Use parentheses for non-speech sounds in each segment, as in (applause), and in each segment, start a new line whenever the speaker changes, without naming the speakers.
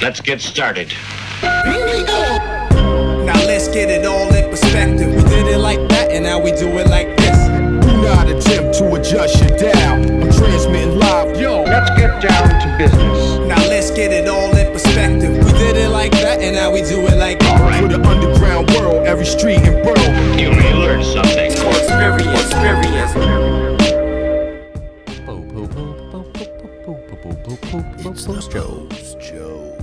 Let's get started.
Now let's get it all in perspective. We did it like that, and now we do it like this.
Do not attempt to adjust your dial. I'm transmitting live. Yo,
Let's get down to business.
Now let's get it all in perspective. We did it like that, and now we do it like this.
for the underground world, every street and borough.
You may learn something.
It's
Post Joe.
Joe.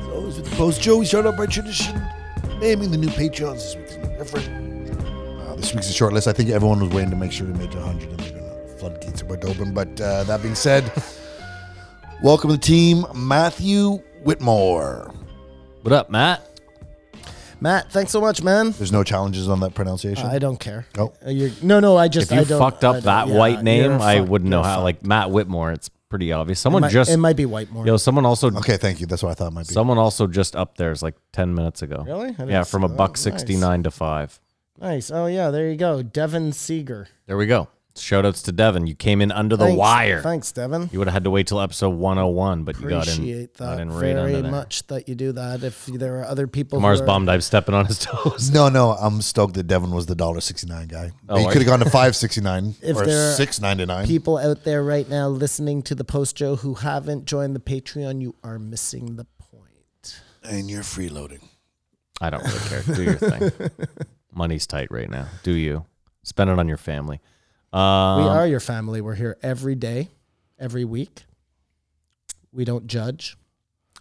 As always with the Post Joe, we start out by tradition, naming the new Patreons this week's different. Uh, this week's a short list. I think everyone was waiting to make sure we made it to 100 and they're going to floodgates about open. But uh, that being said, welcome to the team, Matthew Whitmore.
What up, Matt?
Matt, thanks so much, man.
There's no challenges on that pronunciation.
I don't care.
Oh.
Uh, you're, no, no, I just
If you
I don't,
fucked
I
up
don't-
that
yeah,
white name,
you're
I
fucked,
wouldn't know
you're
how.
fucked.
Like Matt Whitmore, it's pretty obvious.
it
Someone
might,
just
it might be Whitemore.
yo, someone also
okay, thank you. That's what I thought it might be.
someone also just up theirs like ten minutes ago.
Really? I didn't
Yeah, from
see
a
that.
buck
Nice.
sixty nine to five.
Nice. Oh yeah, there you go, Devin Seeger.
There we go. Shout outs to Devin. You came in under the
Thanks.
wire.
Thanks, Devin.
You would have had to wait till episode one oh one, but you got in.
Appreciate
got
that
in right
very
under there.
much that you do that. If there are other people, who
Mars
are-
bummed. I'm stepping on his (laughs) toes.
no, no, I'm stoked that Devin was the dollar sixty nine guy.
Oh,
he
are
could have gone to five sixty nine
If
or
there are
six ninety nine.
people out there right now listening to the post Joe who haven't joined the Patreon, you are missing the point.
And you're freeloading.
I don't really care. Do your
(laughs)
thing. Money's tight right now. Do you spend it on your family? Um,
we are your family. We're here every day, every week. We don't judge.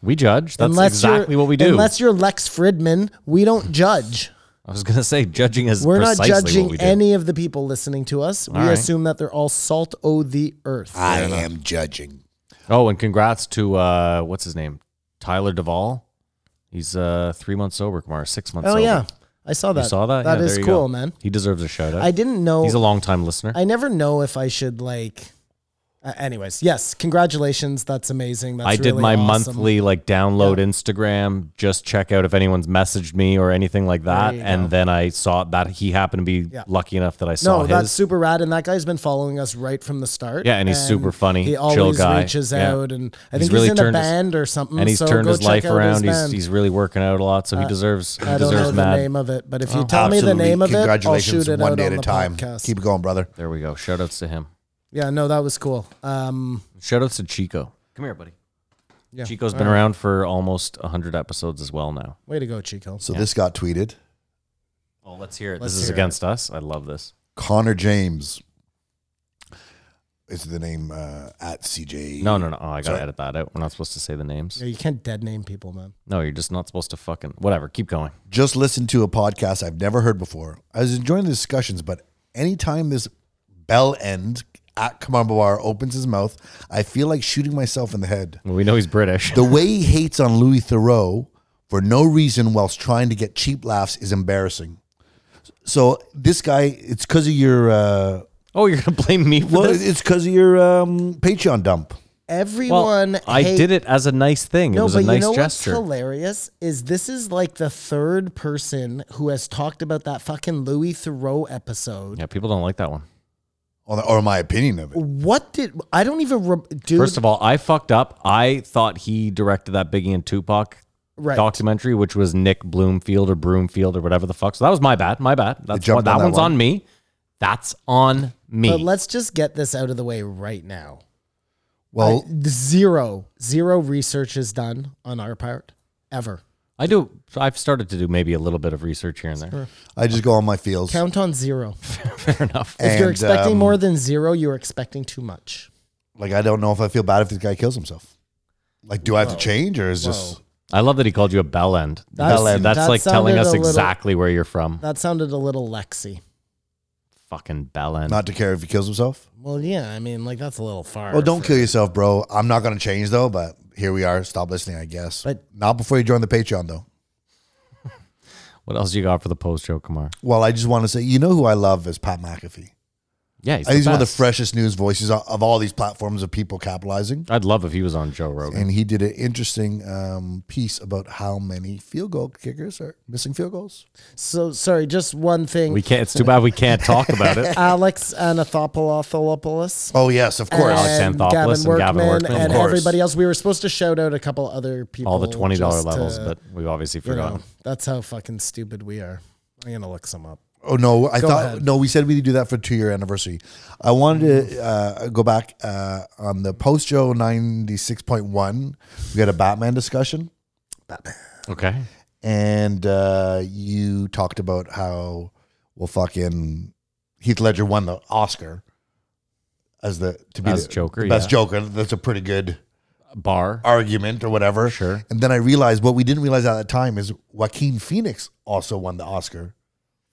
We judge. That's
you're-
exactly what we do.
Unless you're Lex Fridman, we don't judge.
I was gonna say judging is
We're not
precisely what
judging
we do.
any of the people listening to us. we
right. Ah,
assume that they're all salt o' the earth.
I am judging.
oh, and congrats to uh, what's his name, Tyler Duvall. He's uh, three months sober, Kumar. Six months.
oh
sober.
yeah, I saw
you
that.
saw that.
That
yeah,
is
there you
cool,
go.
man.
He deserves a shout out.
I didn't know.
He's a long time listener.
I never know if I should like. Uh, anyways, yes, congratulations. That's amazing. That's
I did
really
my
awesome.
monthly like download Instagram, just check out if anyone's messaged me or anything like that,
you
and then I saw that he happened to be
Yeah.
lucky enough that I saw
No,
his.
that's super rad, and that guy's been following us right from the start.
Yeah, and he's super funny,
He
chill
always
guy.
reaches
Yeah.
out, and I
He's
think he's,
really
in a
turned his-
band or something.
and he's
so
turned
go
his
check
life
out
around.
His
he's
band.
he's really working out a lot, so he deserves he
I don't know
deserves
the
mad.
name of it, but if you tell me the name of it, I'll shoot it
Oh. one
out
day at
on
a
the
time.
podcast.
Keep it going, brother.
There we go. Shout outs to him.
yeah, no, that was cool. Um,
Shout outs to Chico. Come here, buddy.
yeah,
Chico's been around for almost 100 episodes as well now.
Way to go, Chico.
So this got tweeted.
Oh, let's hear it.
Let's
this is
hear
against us. I love this.
Connor James is the name uh, at CJ.
No, no, no. Oh, I got
Sorry.
to edit that out. We're not supposed to say the names.
Yeah, you can't dead name people, man.
No, you're just not supposed to fucking. Whatever. Keep going.
Just listened to a podcast I've never heard before. I was enjoying the discussions, but anytime this bell end at Kamar opens his mouth, I feel like shooting myself in the head.
We know he's British. (laughs)
The way he hates on Louis Thoreau for no reason whilst trying to get cheap laughs is embarrassing. So this guy, it's because of your, uh,
Oh, you're going to blame me for
well,
this?
it's because of your um, Patreon dump.
Everyone,
I
hate-
did it as a nice thing. it
No,
was
but
a nice
you know
gesture.
what's hilarious is this is like the third person who has talked about that fucking Louis Thoreau episode.
yeah, people don't like that one.
Or, or my opinion of it.
What did I don't even re- dude?
First of all, I fucked up. I thought he directed that Biggie and Tupac
Right.
documentary, which was Nick Bloomfield or Broomfield or whatever the fuck. So that was my bad. My bad. That's
jumped
one, that,
on that
one's
one.
on me. That's on me.
but let's just get this out of the way right now.
Well,
Zero, zero research is done on our part ever.
I do. I've started to do maybe a little bit of research here and there.
I just go on my feels.
Count on zero.
(laughs) Fair enough.
If you're
And,
expecting
um,
more than zero, you're expecting too much.
Like, I don't know if I feel bad if this guy kills himself. Like, do I have to change or is this?
I love that he called you a bell end. That's,
Bell end.
that's
That
like telling
sounded
us
a little-
exactly where you're from.
That sounded a little Lexi.
Fucking bell end.
Not to care if he kills himself.
Well, yeah, I mean, like that's a little far.
Well, don't
for-
kill yourself, bro. I'm not gonna change though. But here we are. Stop listening, I guess.
But-
not before you join the Patreon though.
what else you got for the post show, Kamar?
Well, I just want to say, you know who I love is Pat McAfee.
Yeah, he's
I think he's one of the
best.
freshest news voices of- of all these platforms of people capitalizing.
I'd love if he was on Joe Rogan.
And he did an interesting um, piece about how many field goal kickers are missing field goals.
So sorry, just one thing.
We can't. It's too bad we can't talk about
(laughs)
it.
Alex Anathopoulopoulos.
Oh yes, of course.
Alex
and
Anthopoulos
Gavin
and
Workman,
Gavin Workman, of
and
course.
everybody else. We were supposed to shout out a couple other people.
All the twenty dollar
just to-
levels, but we've obviously
you know,
forgotten.
that's how fucking stupid we are. I'm gonna look some up.
Oh no, I
Go
thought
ahead.
no. We said we'd do that for two year anniversary. I wanted to uh, go back uh, on the post Joe ninety six point one. We had a Batman discussion,
Okay.
and uh, you talked about how well fucking Heath Ledger won the Oscar as the to be
As
the,
Joker,
the best
yeah.
Joker. That's a pretty good
Bar.
argument or whatever.
Sure.
And then I realized what we didn't realize at that time is Joaquin Phoenix also won the Oscar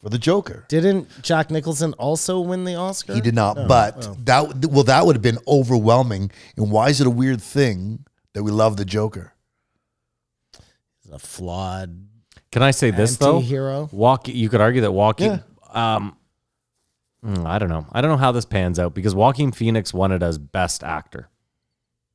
for the Joker.
Didn't Jack Nicholson also win the Oscar?
He did not.
Oh,
but that well, that would have been overwhelming. And why is it a weird thing that we love the Joker?
He's a flawed
Can I say this though?
Anti-hero.
Walk. You could argue that walking. Um, mm, I don't know. I don't know how this pans out because Walking Phoenix won it as best actor.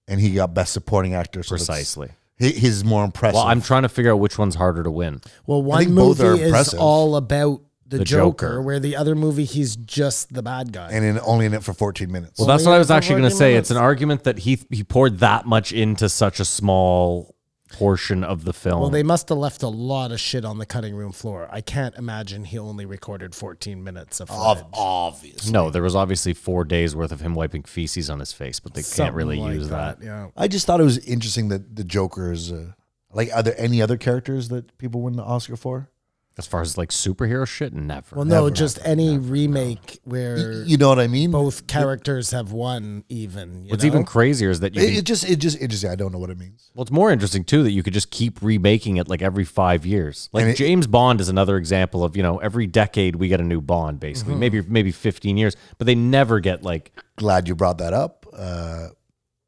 And he got best supporting actor. So that's-
Precisely.
hi- his is more impressive.
Well, I'm trying to figure out which one's harder to win.
Well,
think
one
both
movie
are
is
impressive.
all about the,
The
Joker,
Joker.
where the other movie he's just the bad guy.
and in, only in it for 14 minutes.
Well, that's
Only
what I
in
was
the
actually going to
14
say. It's an
minutes.
argument that he he poured that much into such a small portion of the film.
well, they must have left a lot of shit on the cutting room floor. I can't imagine he only recorded 14 minutes of footage.
obvious.
no, there was obviously four days worth of him wiping feces on his face, but they can't
Something
really
like
use that.
Yeah.
I just thought it was interesting that the Joker is uh, like. Are there any other characters that people win the Oscar for?
As far as like superhero shit, never.
Well, no, just any remake where
You know what I mean?
both characters have won, even. You
What's
know?
even crazier is that you
It,
can
it just, it just interesting. I don't know what it means.
Well, it's more interesting too that you could just keep remaking it like every five years. Like
And it-
James Bond is another example of you know every decade we get a new Bond basically, maybe maybe fifteen years, but they never get like
Glad you brought that up. Uh,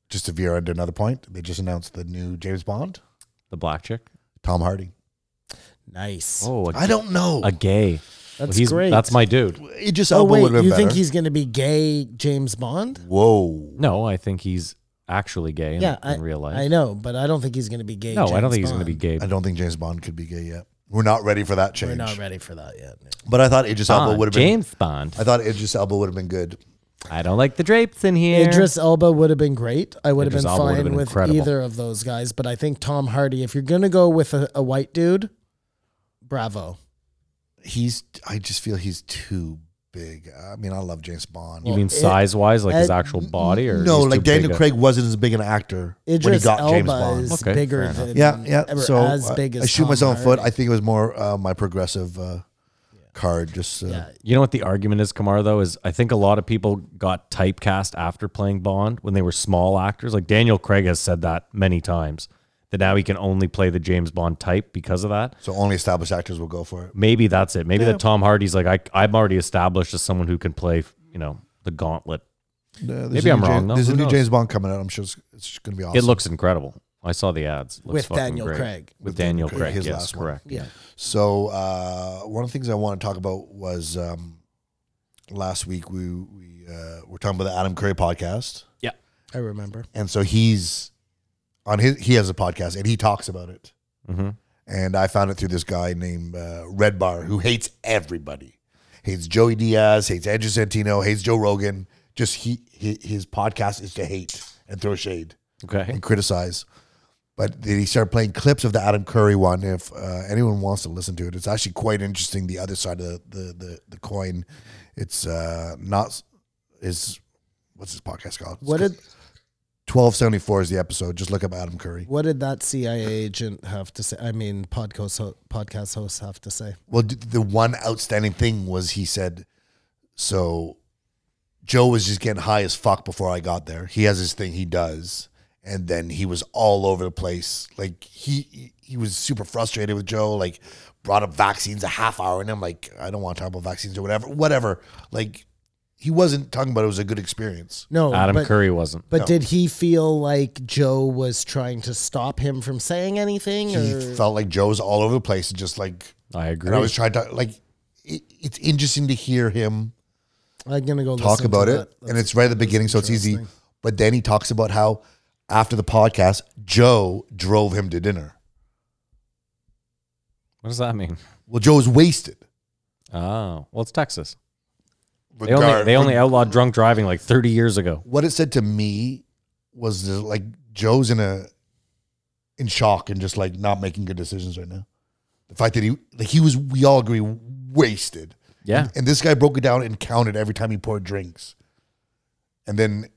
just to veer into another point, they just announced the new James Bond,
the black chick.
Tom Hardy.
nice.
Oh, a,
I don't know.
a gay. Well,
That's
he's-
great.
That's my dude.
It just
Oh
Elba
wait,
would have
you
been better.
think he's going to be gay, James Bond?
Whoa.
No, I think he's actually gay. In,
yeah, I,
in real life.
I know, but I don't think he's going to be gay.
No, I don't
James
think he's gonna be
Bond.
gay.
I don't think James Bond could be gay yet. We're not ready for that
We're
change.
not ready for that yet.
But I thought Idris Elba
Bond,
would have been.
Ah, James Bond.
I thought Idris Elba would have been good.
I don't like the drapes in here.
Idris Elba would have been great. I would
Idris
have been
Elba would have
fine
been
with
incredible.
either of those guys, but I think Tom Hardy. If you're going to go with a, a white dude, bravo.
He's. I just feel he's too big. I mean, I love James Bond.
you mean
it-
size wise, like his
uh,
actual body, or
no,
he's
like
too big
Daniel
a-
Craig wasn't as big an actor when he
Idris
got James
Elba
Bond.
is
Okay, fair
bigger
enough.
than
yeah, yeah.
ever-
so
as
I-
big as
I shoot
Tom
myself in the foot.
Hardy.
I think it was more uh, my progressive uh, card. Just uh,
Yeah.
You know what the argument is, Kamar, though, is I think a lot of people got typecast after playing Bond when they were small actors. Like Daniel Craig has said that many times that now he can only play the James Bond type because of that.
so only established actors will go for it.
Maybe that's it. Maybe that Tom Hardy's like, I, I'm already established as someone who can play, you know, the gauntlet.
No, there's
Maybe
a new
I'm wrong,
James-
though.
There's a
Who
new
knows?
James Bond coming out. I'm sure it's, it's going to be awesome.
It looks incredible. I saw the ads. It looks
With
fucking
Daniel
great.
Craig.
With Daniel
Daniel Craig,
Craig,
his
yes,
last one.
correct.
Yeah.
So uh, one of the things I want to talk about was um, last week we we uh, were talking about the Adam Curry podcast,
Yeah.
I remember.
and so he's on his he has a podcast and he talks about it,
hmm
and I found it through this guy named uh, Red Bar who hates everybody, hates Joey Diaz, hates Andrew Santino, hates Joe Rogan. Just he hi- his podcast is to hate and throw shade
(laughs) Okay.
and criticize. But then he started playing clips of the Adam Curry one. If uh, anyone wants to listen to it, it's actually quite interesting. The other side of the the, the, the coin, it's uh, not is what's his podcast called?
What did
twelve seventy four is the episode? Just look up Adam Curry.
what did that CIA agent have to say? I mean, podcast ho- podcast hosts have to say.
Well, d- the one outstanding thing was he said, so Joe was just getting high as fuck before I got there. He has his thing he does. And then he was all over the place. Like he he was super frustrated with Joe, like brought up vaccines a half hour and I'm like, I don't want to talk about vaccines or whatever. Whatever. Like he wasn't talking about it was a good experience.
No,
Adam
but,
Curry wasn't.
But did he feel like Joe was trying to stop him from saying anything?
He
or-
felt like Joe's all over the place and just like
I agree.
and I was trying to like it, it's interesting to hear him
I'm gonna go
talk
listen
about
to
it,
that.
and it's right at the beginning, so it's easy. But then he talks about how after the podcast, Joe drove him to dinner.
What does that mean?
Well, Joe's wasted.
Oh, well, it's Texas. They only, they only outlawed drunk driving like 30 years ago.
what it said to me was that, like Joe's in a in shock and just like not making good decisions right now. The fact that he like he was, we all agree, wasted.
Yeah.
And, and this guy broke it down and counted every time he poured drinks. And then,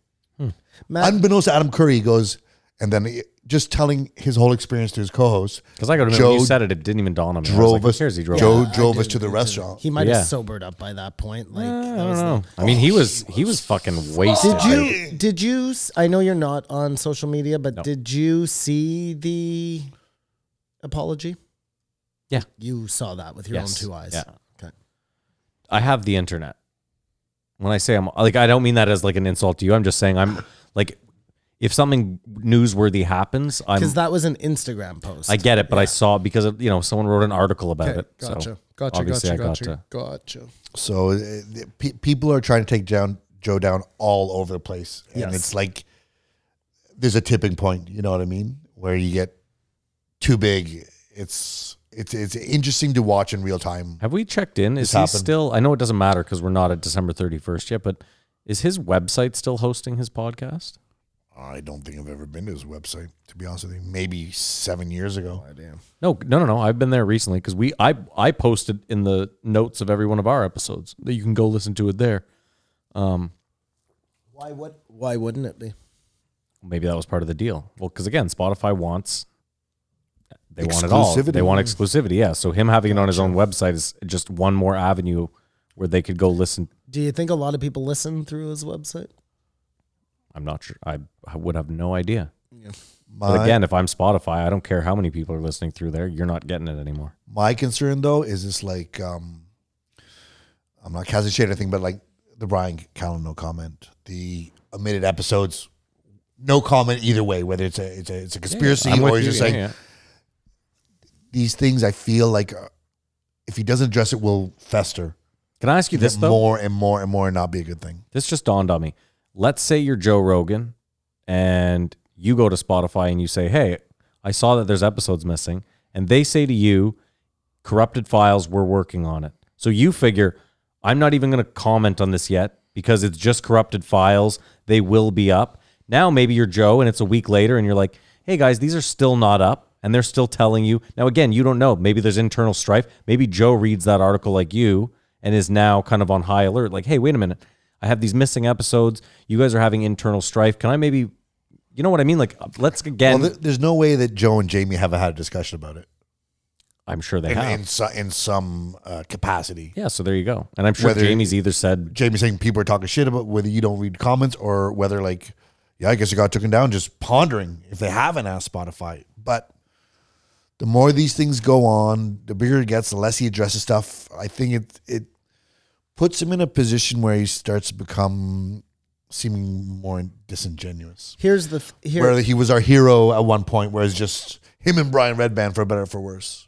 Matt-
unbeknownst to Adam Curry, he goes, and then he- just telling his whole experience to his co-host.
Because I got to admit, when
Joe
you said it, it didn't even dawn on me. I was
drove
like, who
us.
cares? He drove
Joe (laughs)
us.
drove us to the restaurant.
He might
Yeah.
have sobered up by that point. Like
I
that
don't
was the-
know.
Oh,
I mean, he was he was fucking wasted.
Did you did you s- I know you're not on social media, but did you see the apology?
Yeah.
You saw that with your
Yes.
own two eyes.
Yeah.
Okay.
I have the internet. When I say I'm like, I don't mean that as like an insult to you. I'm just saying I'm like, if something newsworthy happens, I'm.
Because that was an Instagram post.
I get it, but I saw it because of, you know someone wrote an article about
Okay,
it. so
Gotcha. Gotcha.
obviously
Gotcha.
I got
Gotcha.
to-
Gotcha.
So uh, the pe- people are trying to take down Joe down all over the place, and
Yes.
it's like there's a tipping point. You know what I mean? Where you get too big. It's it's it's interesting to watch in real time.
Have we checked in? Is
This
he
happened.
still? I know it doesn't matter because we're not at December 31st yet, but is his website still hosting his podcast?
I don't think I've ever been to his website to be honest with you. Maybe seven years ago.
No, no, no, no. I've been there recently because we I I posted in the notes of every one of our episodes that you can go listen to it there.
Why would why wouldn't it be?
Maybe that was part of the deal. Well, because again, Spotify wants they want it all.
Exclusivity.
They want exclusivity. Yeah. So him having it on his own website is just one more avenue where they could go listen.
Do you think a lot of people listen through his website?
I'm not sure. I, I would have no idea.
My
But again, if I'm Spotify, I don't care how many people are listening through there. You're not getting it anymore.
my concern though is this like um I'm not casting shade or anything, but like the Brian Callen no comment, the omitted episodes, no comment either way. Whether it's a it's a it's a conspiracy
I'm
or
with
he's
you.
just
Yeah,
like
yeah.
these things. I feel like uh, if he doesn't address it, will fester
Can I ask you
get
this though?
more and more and more, and not be a good thing.
This just dawned on me. Let's say you're Joe Rogan and you go to Spotify and you say, Hey, I saw that there's episodes missing. And they say to you, Corrupted files, we're working on it. So you figure, I'm not even going to comment on this yet because it's just corrupted files. They will be up. Now maybe you're Joe and it's a week later and you're like, Hey guys, these are still not up. And they're still telling you. Now, again, you don't know. Maybe there's internal strife. Maybe Joe reads that article like you and is now kind of on high alert. Like, hey, wait a minute. I have these missing episodes. You guys are having internal strife. Can I maybe, you know what I mean? Like, uh, let's
Well,
again.
th- there's no way that Joe and Jamie haven't had a discussion about it
I'm sure they
in
have.
in, so, in some uh, capacity.
yeah, so there you go. And I'm sure
Whether-
Jamie's either said,
Jamie saying people are talking shit about whether you don't read comments or whether like, yeah, I guess it got taken down. Just pondering if they haven't asked Spotify. But the more these things go on, the bigger it gets. The less he addresses stuff. I think it it puts him in a position where he starts to become seeming more disingenuous.
Here's the th- here.
Where he was our hero at one point, whereas just him and Brian Redband for better or for worse.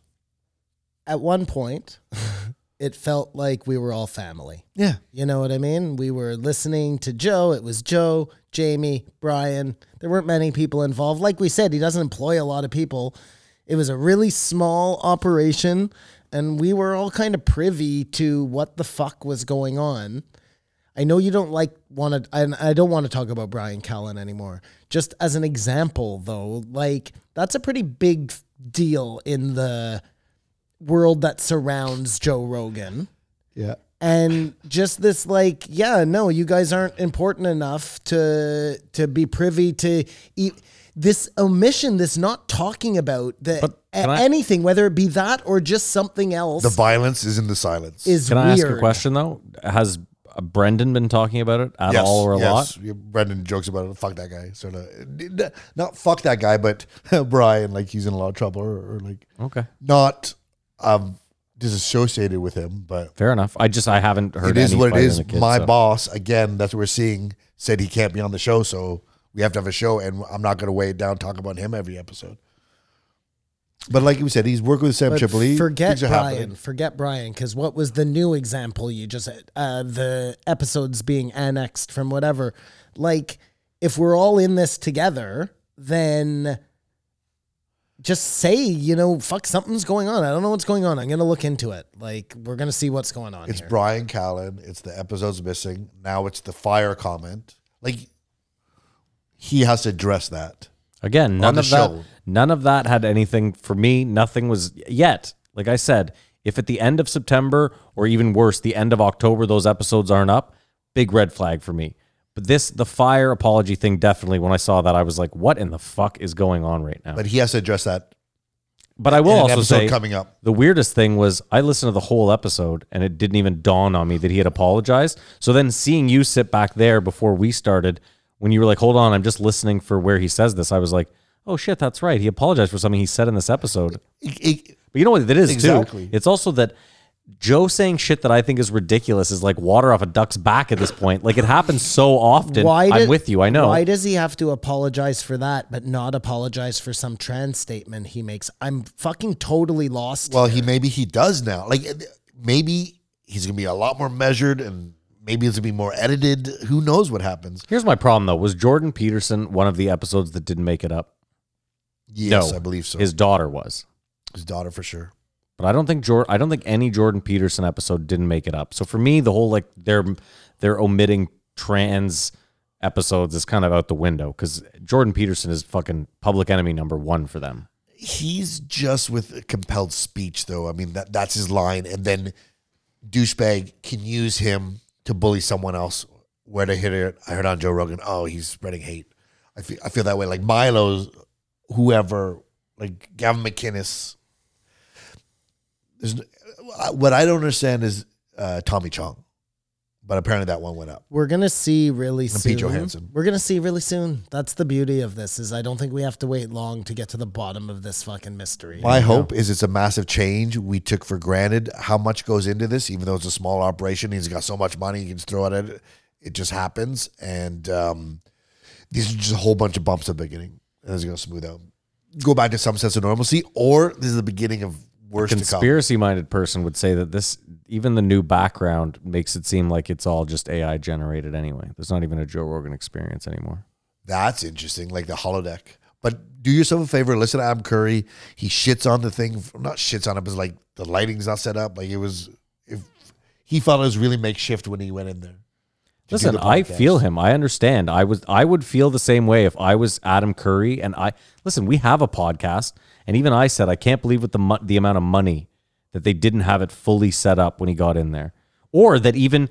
at one point, (laughs) it felt like we were all family.
Yeah,
You know what I mean? We were listening to Joe. It was Joe, Jamie, Brian. There weren't many people involved. Like we said, he doesn't employ a lot of people. It was a really small operation, and we were all kind of privy to what the fuck was going on. I know you don't like want to, and I don't want to talk about Brian Callen anymore. Just as an example, though, like that's a pretty big deal in the world that surrounds Joe Rogan
yeah.
and just this like yeah no you guys aren't important enough to to be privy to e- this omission this not talking about the,
But
a-
can I-
anything whether it be that or just something else
The violence is in the silence.
is
Can I
weird
ask a question though? Has uh, Brendan been talking about it at all or a lot?
Yeah, Brendan jokes about it. Fuck that guy. Sort of not fuck that guy, but (laughs) Brian, like he's in a lot of trouble or, or like
Okay,
not um disassociated with him, but
fair enough. I just I haven't heard.
it is
any
what it
fight in
is.
the kids,
My
so.
boss, again, that's what we're seeing, said he can't be on the show, so we have to have a show and I'm not gonna weigh it down, talk about him every episode. But like we said, he's working with Sam
But
Tripoli.
forget
E. Things are
Brian.
happening.
Forget Brian, because what was the new example you just uh, the episodes being annexed from whatever? Like, if we're all in this together, then just say you know, fuck, something's going on. I don't know what's going on. I'm gonna look into it. Like, we're gonna see what's going on.
It's
here.
Brian Callen. It's the episodes missing. Now it's the fire comment. Like he has to address that.
Again, none
the
of that
show.
none of that had anything for me. Nothing was yet. Like I said, if at the end of September or even worse, the end of October those episodes aren't up, big red flag for me. But this the fire apology thing definitely when I saw that I was like, what in the fuck is going on right now?
But
But,
he has to address that.
I will
in an
also
episode
say
coming up.
the weirdest thing was I listened to the whole episode and it didn't even dawn on me that he had apologized. So then seeing you sit back there before we started, when you were like, hold on, I'm just listening for where he says this, I was like, oh shit, that's right. He apologized for something he said in this episode.
It- it-
But you know what that is
Exactly.
too? It's also that Joe saying shit that I think is ridiculous is like water off a duck's back at this point. Like it happens so often. I'm
did-
with you. I know.
Why does he have to apologize for that, but not apologize for some trans statement he makes? I'm fucking totally lost.
well, he maybe he does now. Like uh, maybe he's gonna be a lot more measured and maybe it's gonna be more edited. Who knows what happens?
Here's my problem though. Was Jordan Peterson one of the episodes that didn't make it up?
Yes,
No,
I believe so.
His
His,
daughter was.
daughter for sure.
But I don't think Jordan. I don't think any Jordan Peterson episode didn't make it up. So for me, the whole like they're they're omitting trans episodes is kind of out the window because Jordan Peterson is fucking public enemy number one for them.
He's just with compelled speech though. I mean that that's his line, and then douchebag can use him to bully someone else. Where to hit it? I heard on Joe Rogan. Oh, he's spreading hate. I feel I feel that way. Like Milo's, whoever, like Gavin McInnes. There's, n- uh, what I don't understand is uh, Tommy Chong, but apparently that one went up.
We're gonna see really
And
soon.
Pete Johansson.
We're gonna see really soon. That's the beauty of this is I don't think we have to wait long to get to the bottom of this fucking mystery.
My hope is it's a massive change we took for granted. How much goes into this, even though it's a small operation, he's got so much money he can just throw it at it. It just happens, and um, these are just a whole bunch of bumps at the beginning, and it's going to smooth out, go back to some sense of normalcy, or this is the beginning of worse to come.
Conspiracy minded person would say that this even the new background makes it seem like it's all just AI generated anyway. There's not even a Joe Rogan experience anymore.
That's interesting, like the holodeck. But do yourself a favor, listen to Adam Curry. He shits on the thing, not shits on it, but like the lighting's not set up. Like it was, if he felt it was really makeshift when he went in there. to do
Listen,
the
I
podcast.
feel him. I understand. I was I would feel the same way if I was Adam Curry and I Listen, we have a podcast and even I said I can't believe with the mo- the amount of money that they didn't have it fully set up when he got in there. Or that even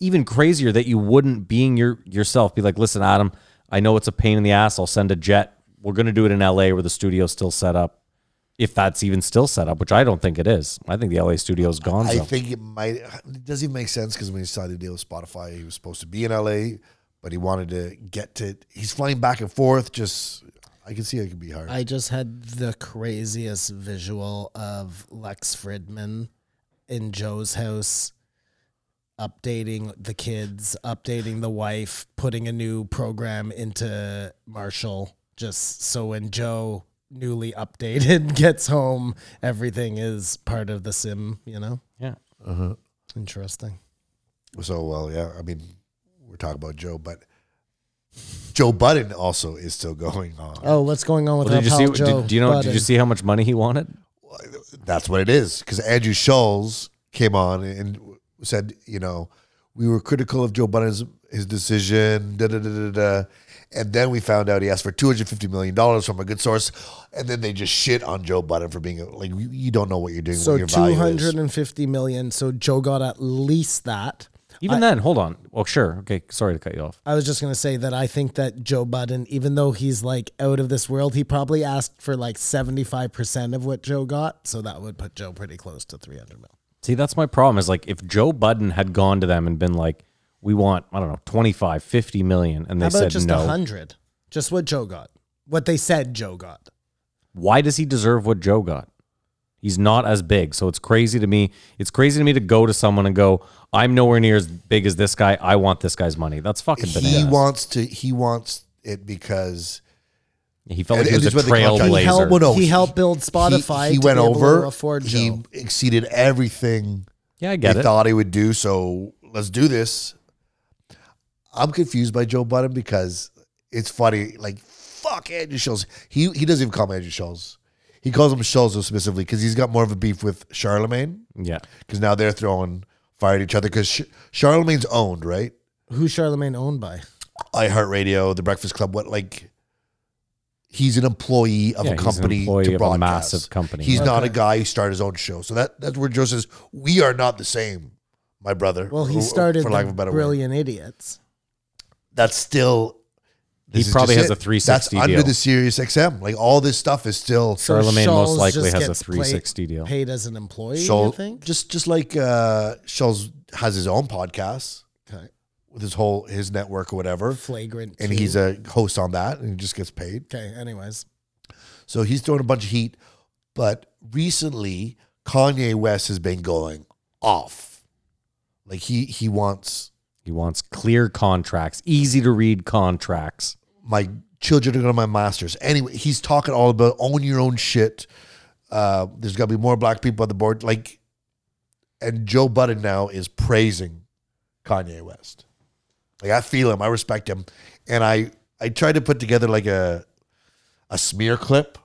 even crazier that you wouldn't being your yourself be like, "Listen, Adam, I know it's a pain in the ass. I'll send a jet. We're going to do it in LA where the studio's still set up." If that's even still set up, which I don't think it is. I think the LA studio's gone.
I think it might. It doesn't even make sense because when he signed the deal with Spotify, he was supposed to be in LA, but he wanted to get to. He's flying back and forth. Just I can see it could be hard.
I just had the craziest visual of Lex Fridman in Joe's house updating the kids, updating the wife, putting a new program into Marshall just so when Joe newly updated (laughs) gets home, everything is part of the sim, you know?
yeah.
Interesting.
so well, yeah. I mean, we're talking about Joe, but Joe Budden also is still (laughs) going on.
Oh, what's going on with
Well, did you
our
see?
pal Joe?
Did, do you know? Did
Budden?
you see how much money he wanted?
That's what it is. Because Andrew Scholes came on and said, you know, we were critical of Joe Biden's his decision, da da da da da. And then we found out he asked for two hundred fifty million dollars from a good source, and then they just shit on Joe Biden for being a- like, you, you don't know what you're doing.
So
what your value
two
is.
hundred and fifty million. So Joe got at least that.
Even then, hold on. Well, sure. Okay, sorry to cut you off.
I was just gonna say that I think that Joe Budden, even though he's like out of this world, he probably asked for like seventy five percent of what Joe got. So that would put Joe pretty close to three hundred mil.
See, that's my problem. Is like if Joe Budden had gone to them and been like, "We want, I don't know, 25, 50 million," and they
How about
said
just a
no.
hundred? Just what Joe got. What they said Joe got.
Why does he deserve what Joe got? He's not as big, so it's crazy to me. It's crazy to me to go to someone and go, "I'm nowhere near as big as this guy. I want this guy's money." That's fucking
He
bananas.
wants to. He wants it because
He felt
And-
like he
and
was a
this is what they call
trailblazer.
He held- well, no,
he helped build Spotify
He, he
to
went
be able to
over.
afford
he
Joe.
exceeded everything
yeah, I
they
get it.
thought he would do. So let's do this. I'm confused by Joe Budden because it's funny. Like fuck Andrew Schultz. He he doesn't even call him Andrew Schultz. He calls him Schultz specifically because he's got more of a beef with Charlemagne
Yeah,
because now they're throwing fire at each other because Charlemagne's owned right.
Who's Charlemagne owned by?
iHeartRadio, The Breakfast Club, what like he's an employee of
Yeah,
a
he's an
company
employee
to
of a
broadcast.
massive company.
He's not a
Okay.
guy who started his own show. So that that's where Joe says, We are not the same, my brother.
Well, he
Or-
started
for lack
the
of a better word.
Brilliant Idiots.
That's still
He
this is
probably
just
has a
it.
360
That's under
deal.
the Sirius XM. Like all this stuff is still
So
Charlemagne most
Scholes
likely
just
has a
gets played-
360 deal.
Paid as an employee, you
Schultz-
think?
just just like uh Schultz has his own podcast
Okay.
with his whole his network or whatever.
Flagrant.
And
two.
he's a host on that and he just gets paid.
Okay, anyways.
So he's throwing a bunch of heat. But recently, Kanye West has been going off. Like he he wants
he wants clear contracts, easy to read contracts.
my children to go to my masters. Anyway, he's talking all about own your own shit. Uh, there's got to be more black people on the board. Like, and Joe Budden now is praising Kanye West. Like I feel him, I respect him, and I I tried to put together like a a smear clip,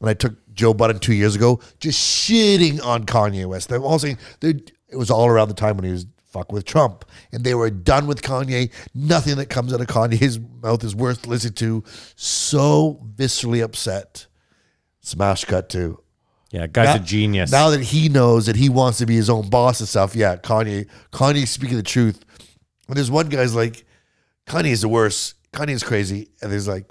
and I took Joe Budden two years ago just shitting on Kanye West. They're all saying they it was all around the time when he was fuck with Trump, and they were done with Kanye. Nothing that comes out of Kanye's mouth is worth to listen to. So viscerally upset. Smash cut to
Yeah, guy's
now-
a genius.
Now that he knows that he wants to be his own boss and stuff, yeah, Kanye, Kanye's speaking the truth. And there's one guy's like, Kanye's the worst. Kanye's crazy. And there's like,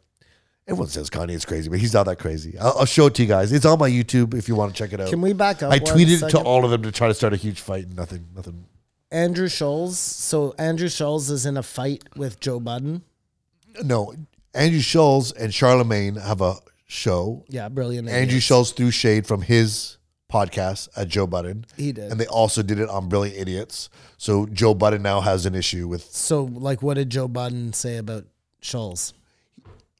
everyone says Kanye's crazy, but he's not that crazy. I'll, I'll show it to you guys. It's on my YouTube if you want to check it out.
Can we back up?
Oh. I
one
tweeted it to
second?
all of them to try to start a huge fight. and Nothing, nothing.
Andrew Scholes. So Andrew Scholes is in a fight with Joe Budden.
No, Andrew Schultz and Charlemagne have a show.
Yeah, brilliant.
Andrew
Idiots.
Schultz threw shade from his podcast at Joe Budden.
He did.
And they also did it on Brilliant Idiots. So Joe Budden now has an issue with
so, like, what did Joe Budden say about Scholes?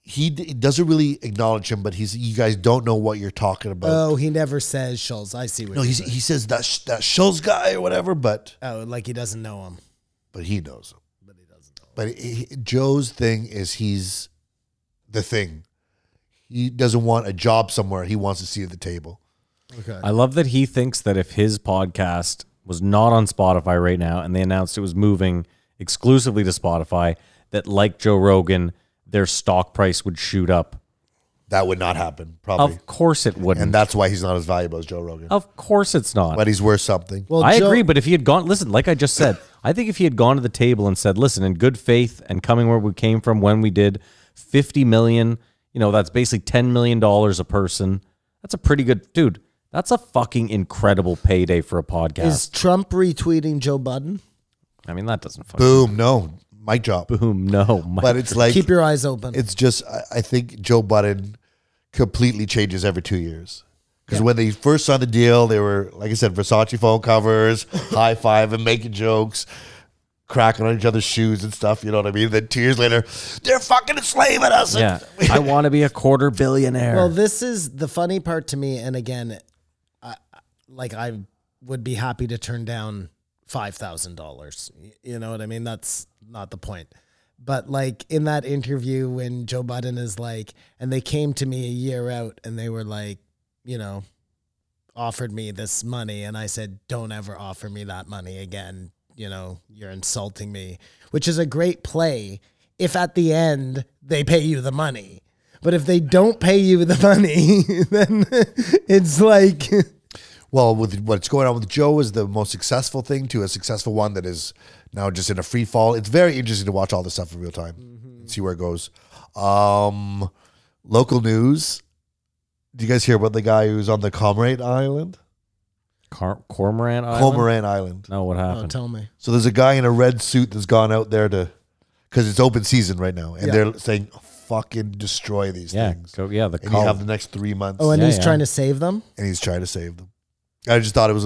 he d- doesn't really acknowledge him, but he's you guys don't know what you're talking about.
Oh, he never says Scholes. I see what.
no,
you're
he's,
saying.
he says that Sh- that Schultz guy or whatever, but
Oh, like he doesn't know him.
but he knows him. But he doesn't. Know but he- Joe's thing is he's the thing. He doesn't want a job somewhere. He wants to see at the table.
Okay.
I love that he thinks that if his podcast was not on Spotify right now and they announced it was moving exclusively to Spotify, that like Joe Rogan, their stock price would shoot up.
That would not happen, probably.
Of course it wouldn't.
and that's why he's not as valuable as Joe Rogan.
of course it's not.
But he's worth something.
well,
I
Joe-
agree, but if he had gone, listen, like I just said, (laughs) I think if he had gone to the table and said, listen, in good faith and coming where we came from when we did 50 million, you know, that's basically $10 million a person. That's a pretty good, dude, that's a fucking incredible payday for a podcast.
Is Trump retweeting Joe Budden?
I mean, that doesn't fucking
Boom. No, mic drop.
boom. No, my,
But it's like
Keep your eyes open.
it's just I, I think Joe Budden completely changes every two years. Because when they first signed the deal, they were like I said, Versace phone covers, (laughs) high five, and making jokes, cracking on each other's shoes and stuff. You know what I mean? Then two years later, they're fucking enslaving us.
yeah, I want to be a quarter billionaire.
Well, this is the funny part to me, and again, I, I- like I would be happy to turn down five thousand dollars. You know what I mean? That's not the point. But like in that interview, when Joe Budden is like, and they came to me a year out, and they were like, you know, offered me this money, and I said, don't ever offer me that money again. You know, you're insulting me, which is a great play. If at the end they pay you the money, but if they don't pay you the money, (laughs) then it's like
Well, with what's going on with Joe is the most successful thing to a successful one that is now just in a free fall. It's very interesting to watch all this stuff in real time and see where it goes. Um, local news. Do you guys hear about the guy who's on the Comrade Island?
Car- Cormorant Island.
Cormorant Island.
No, what
Oh,
happened?
tell me.
So there's a guy in a red suit that's gone out there to, because it's open season right now, and
Yeah.
they're saying, "Fucking destroy these
yeah,
things,"
go, yeah, the
and you have
call.
the next three months,
Oh, and
Yeah,
he's
yeah.
trying to save them?
and he's trying to save them. I just thought it was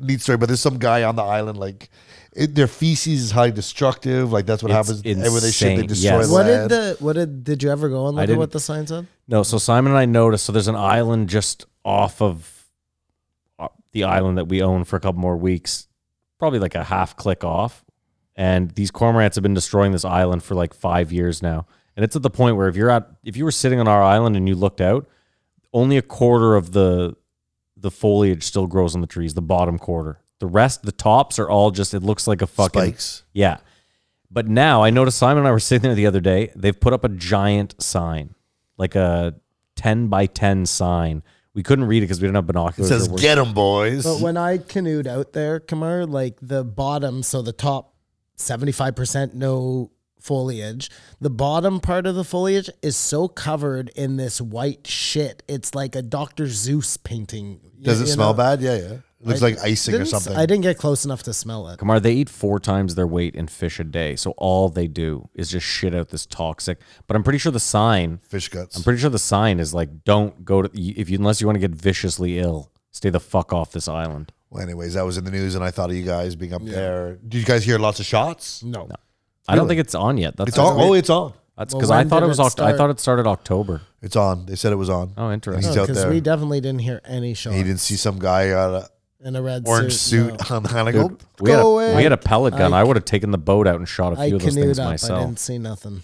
neat story, but there's some guy on the island like it, their feces is highly destructive. Like that's what
It's
happens everywhere they shit. They
insane,
destroy
yes.
What did
land.
the what did did you ever go and
I
look at what
didn't-
the sign said?
No, so Simon and I noticed. So there's an island just off of uh, the island that we own for a couple more weeks, probably like a half click off. And these cormorants have been destroying this island for like five years now. And it's at the point where if you're at, if you were sitting on our island and you looked out, only a quarter of the the foliage still grows on the trees, the bottom quarter. The rest, the tops are all just. It looks like a fucking
spikes?
yeah. But now I noticed Simon and I were sitting there the other day. They've put up a giant sign, like a 10 by 10 sign. We couldn't read it because we didn't have
It
binoculars.
says
or we're-
"Get 'em, boys." (laughs)
But when I canoed out there, Kamar, like the bottom, so the top 75% no foliage, the bottom part of the foliage is so covered in this white shit. It's like a Dr. Zeus painting. You-
Does it
you
smell
know?
bad? Yeah, yeah. It looks like icing or
Didn't s-
something.
I didn't get close enough to smell it.
Kamar, they eat four times their weight in fish a day. So all they do is just shit out this toxic. But I'm pretty sure the sign,
Fish guts.
I'm pretty sure the sign is like, don't go to, if you, unless you want to get viciously ill, stay the fuck off this island.
well, anyways, that was in the news, and I thought of you guys being up there. Did you guys hear lots of shots?
No.
I don't think it's on yet. That's
It's on. Oh, it's on.
That's
Well,
because I
when
thought
did
it was.
it
Oct- I
start?
thought it started October.
It's on. They said it was on.
Oh, interesting.
He's out
Because
there.
we definitely didn't hear any shots.
He didn't see some guy uh, on a
in a red
orange (laughs)
suit.
suit
no.
on Hanagel.
We had, a,
Go
we
away.
had a pellet gun. I,
I-
would have taken the boat out and shot a
I
few of those
canoed
things
up. I
myself.
didn't see nothing.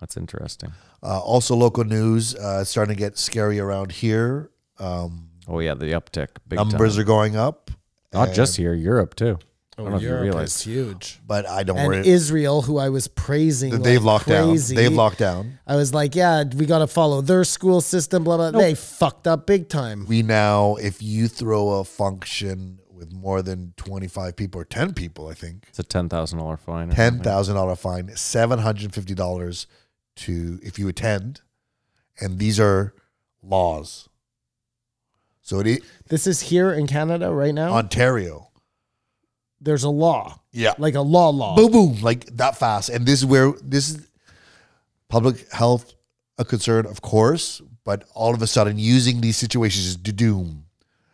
That's interesting.
Uh, also, local news uh, it's starting to get scary around here. Um,
Oh yeah, the uptick. Big
numbers
time.
are going up,
not just here, Europe too. I don't know if you
is
realize.
huge.
but I don't
And
worry.
Israel, who I was praising,
That
like
they've locked
crazy.
down. They've locked down.
I was like, yeah, we got to follow their school system, blah, blah. They fucked up big time.
We now, if you throw a function with more than 25 people or 10 people, I think,
It's a ten thousand dollar fine. or
ten
something.
thousand dollar fine, seven hundred fifty dollars to if you attend, and these are laws. So it i-
This is here in Canada right now.
Ontario,
There's a law,
yeah,
like a law law.
boom, boom, like that fast, and this is where this is public health a concern, of course, but all of a sudden using these situations is to doom.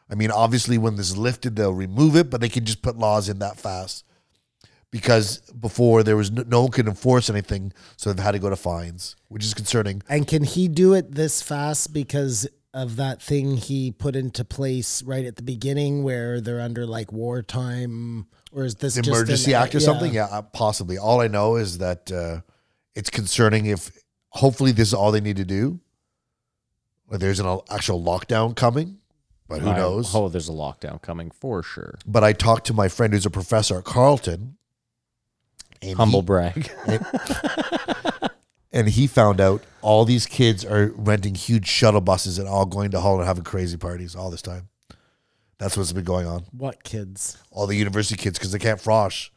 I mean, obviously, when this is lifted, they'll remove it, but they can just put laws in that fast because before there was no, no one could enforce anything, so they've had to go to fines, which is concerning.
And can he do it this fast because of that thing he put into place right at the beginning where they're under like wartime? Or is this
the
just an-
emergency act or something? Yeah, uh, possibly. All I know is that uh, it's concerning. If hopefully this is all they need to do, Like, there's an al- actual lockdown coming, but who
I-
knows?
Oh, there's a lockdown coming for sure.
But I talked to my friend who's a professor at Carleton, and
Humble
he, (laughs)
brag. (laughs)
and he found out all these kids are renting huge shuttle buses and all going to Hull and having crazy parties all this time. That's what's been going on.
What kids?
All the university kids because they can't frosh,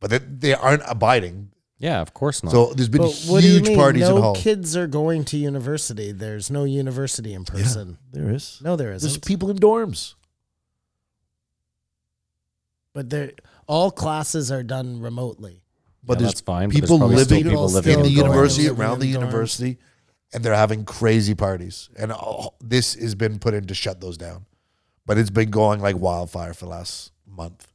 but they, they aren't abiding.
yeah, of course not.
So there's been
But what do you
huge
mean?
parties
no
in Hull.
kids are going to university. There's no university in person.
There is.
No, there
There's
isn't.
people in dorms.
but there, all classes are done remotely.
But
Yeah,
there's
that's fine, but there's
people
probably still
living,
people
in
living in
the
dorms.
university,
Living
around the
in dorms.
university, and they're having crazy parties. And all, this has been put in to shut those down. But it's been going like wildfire for the last month.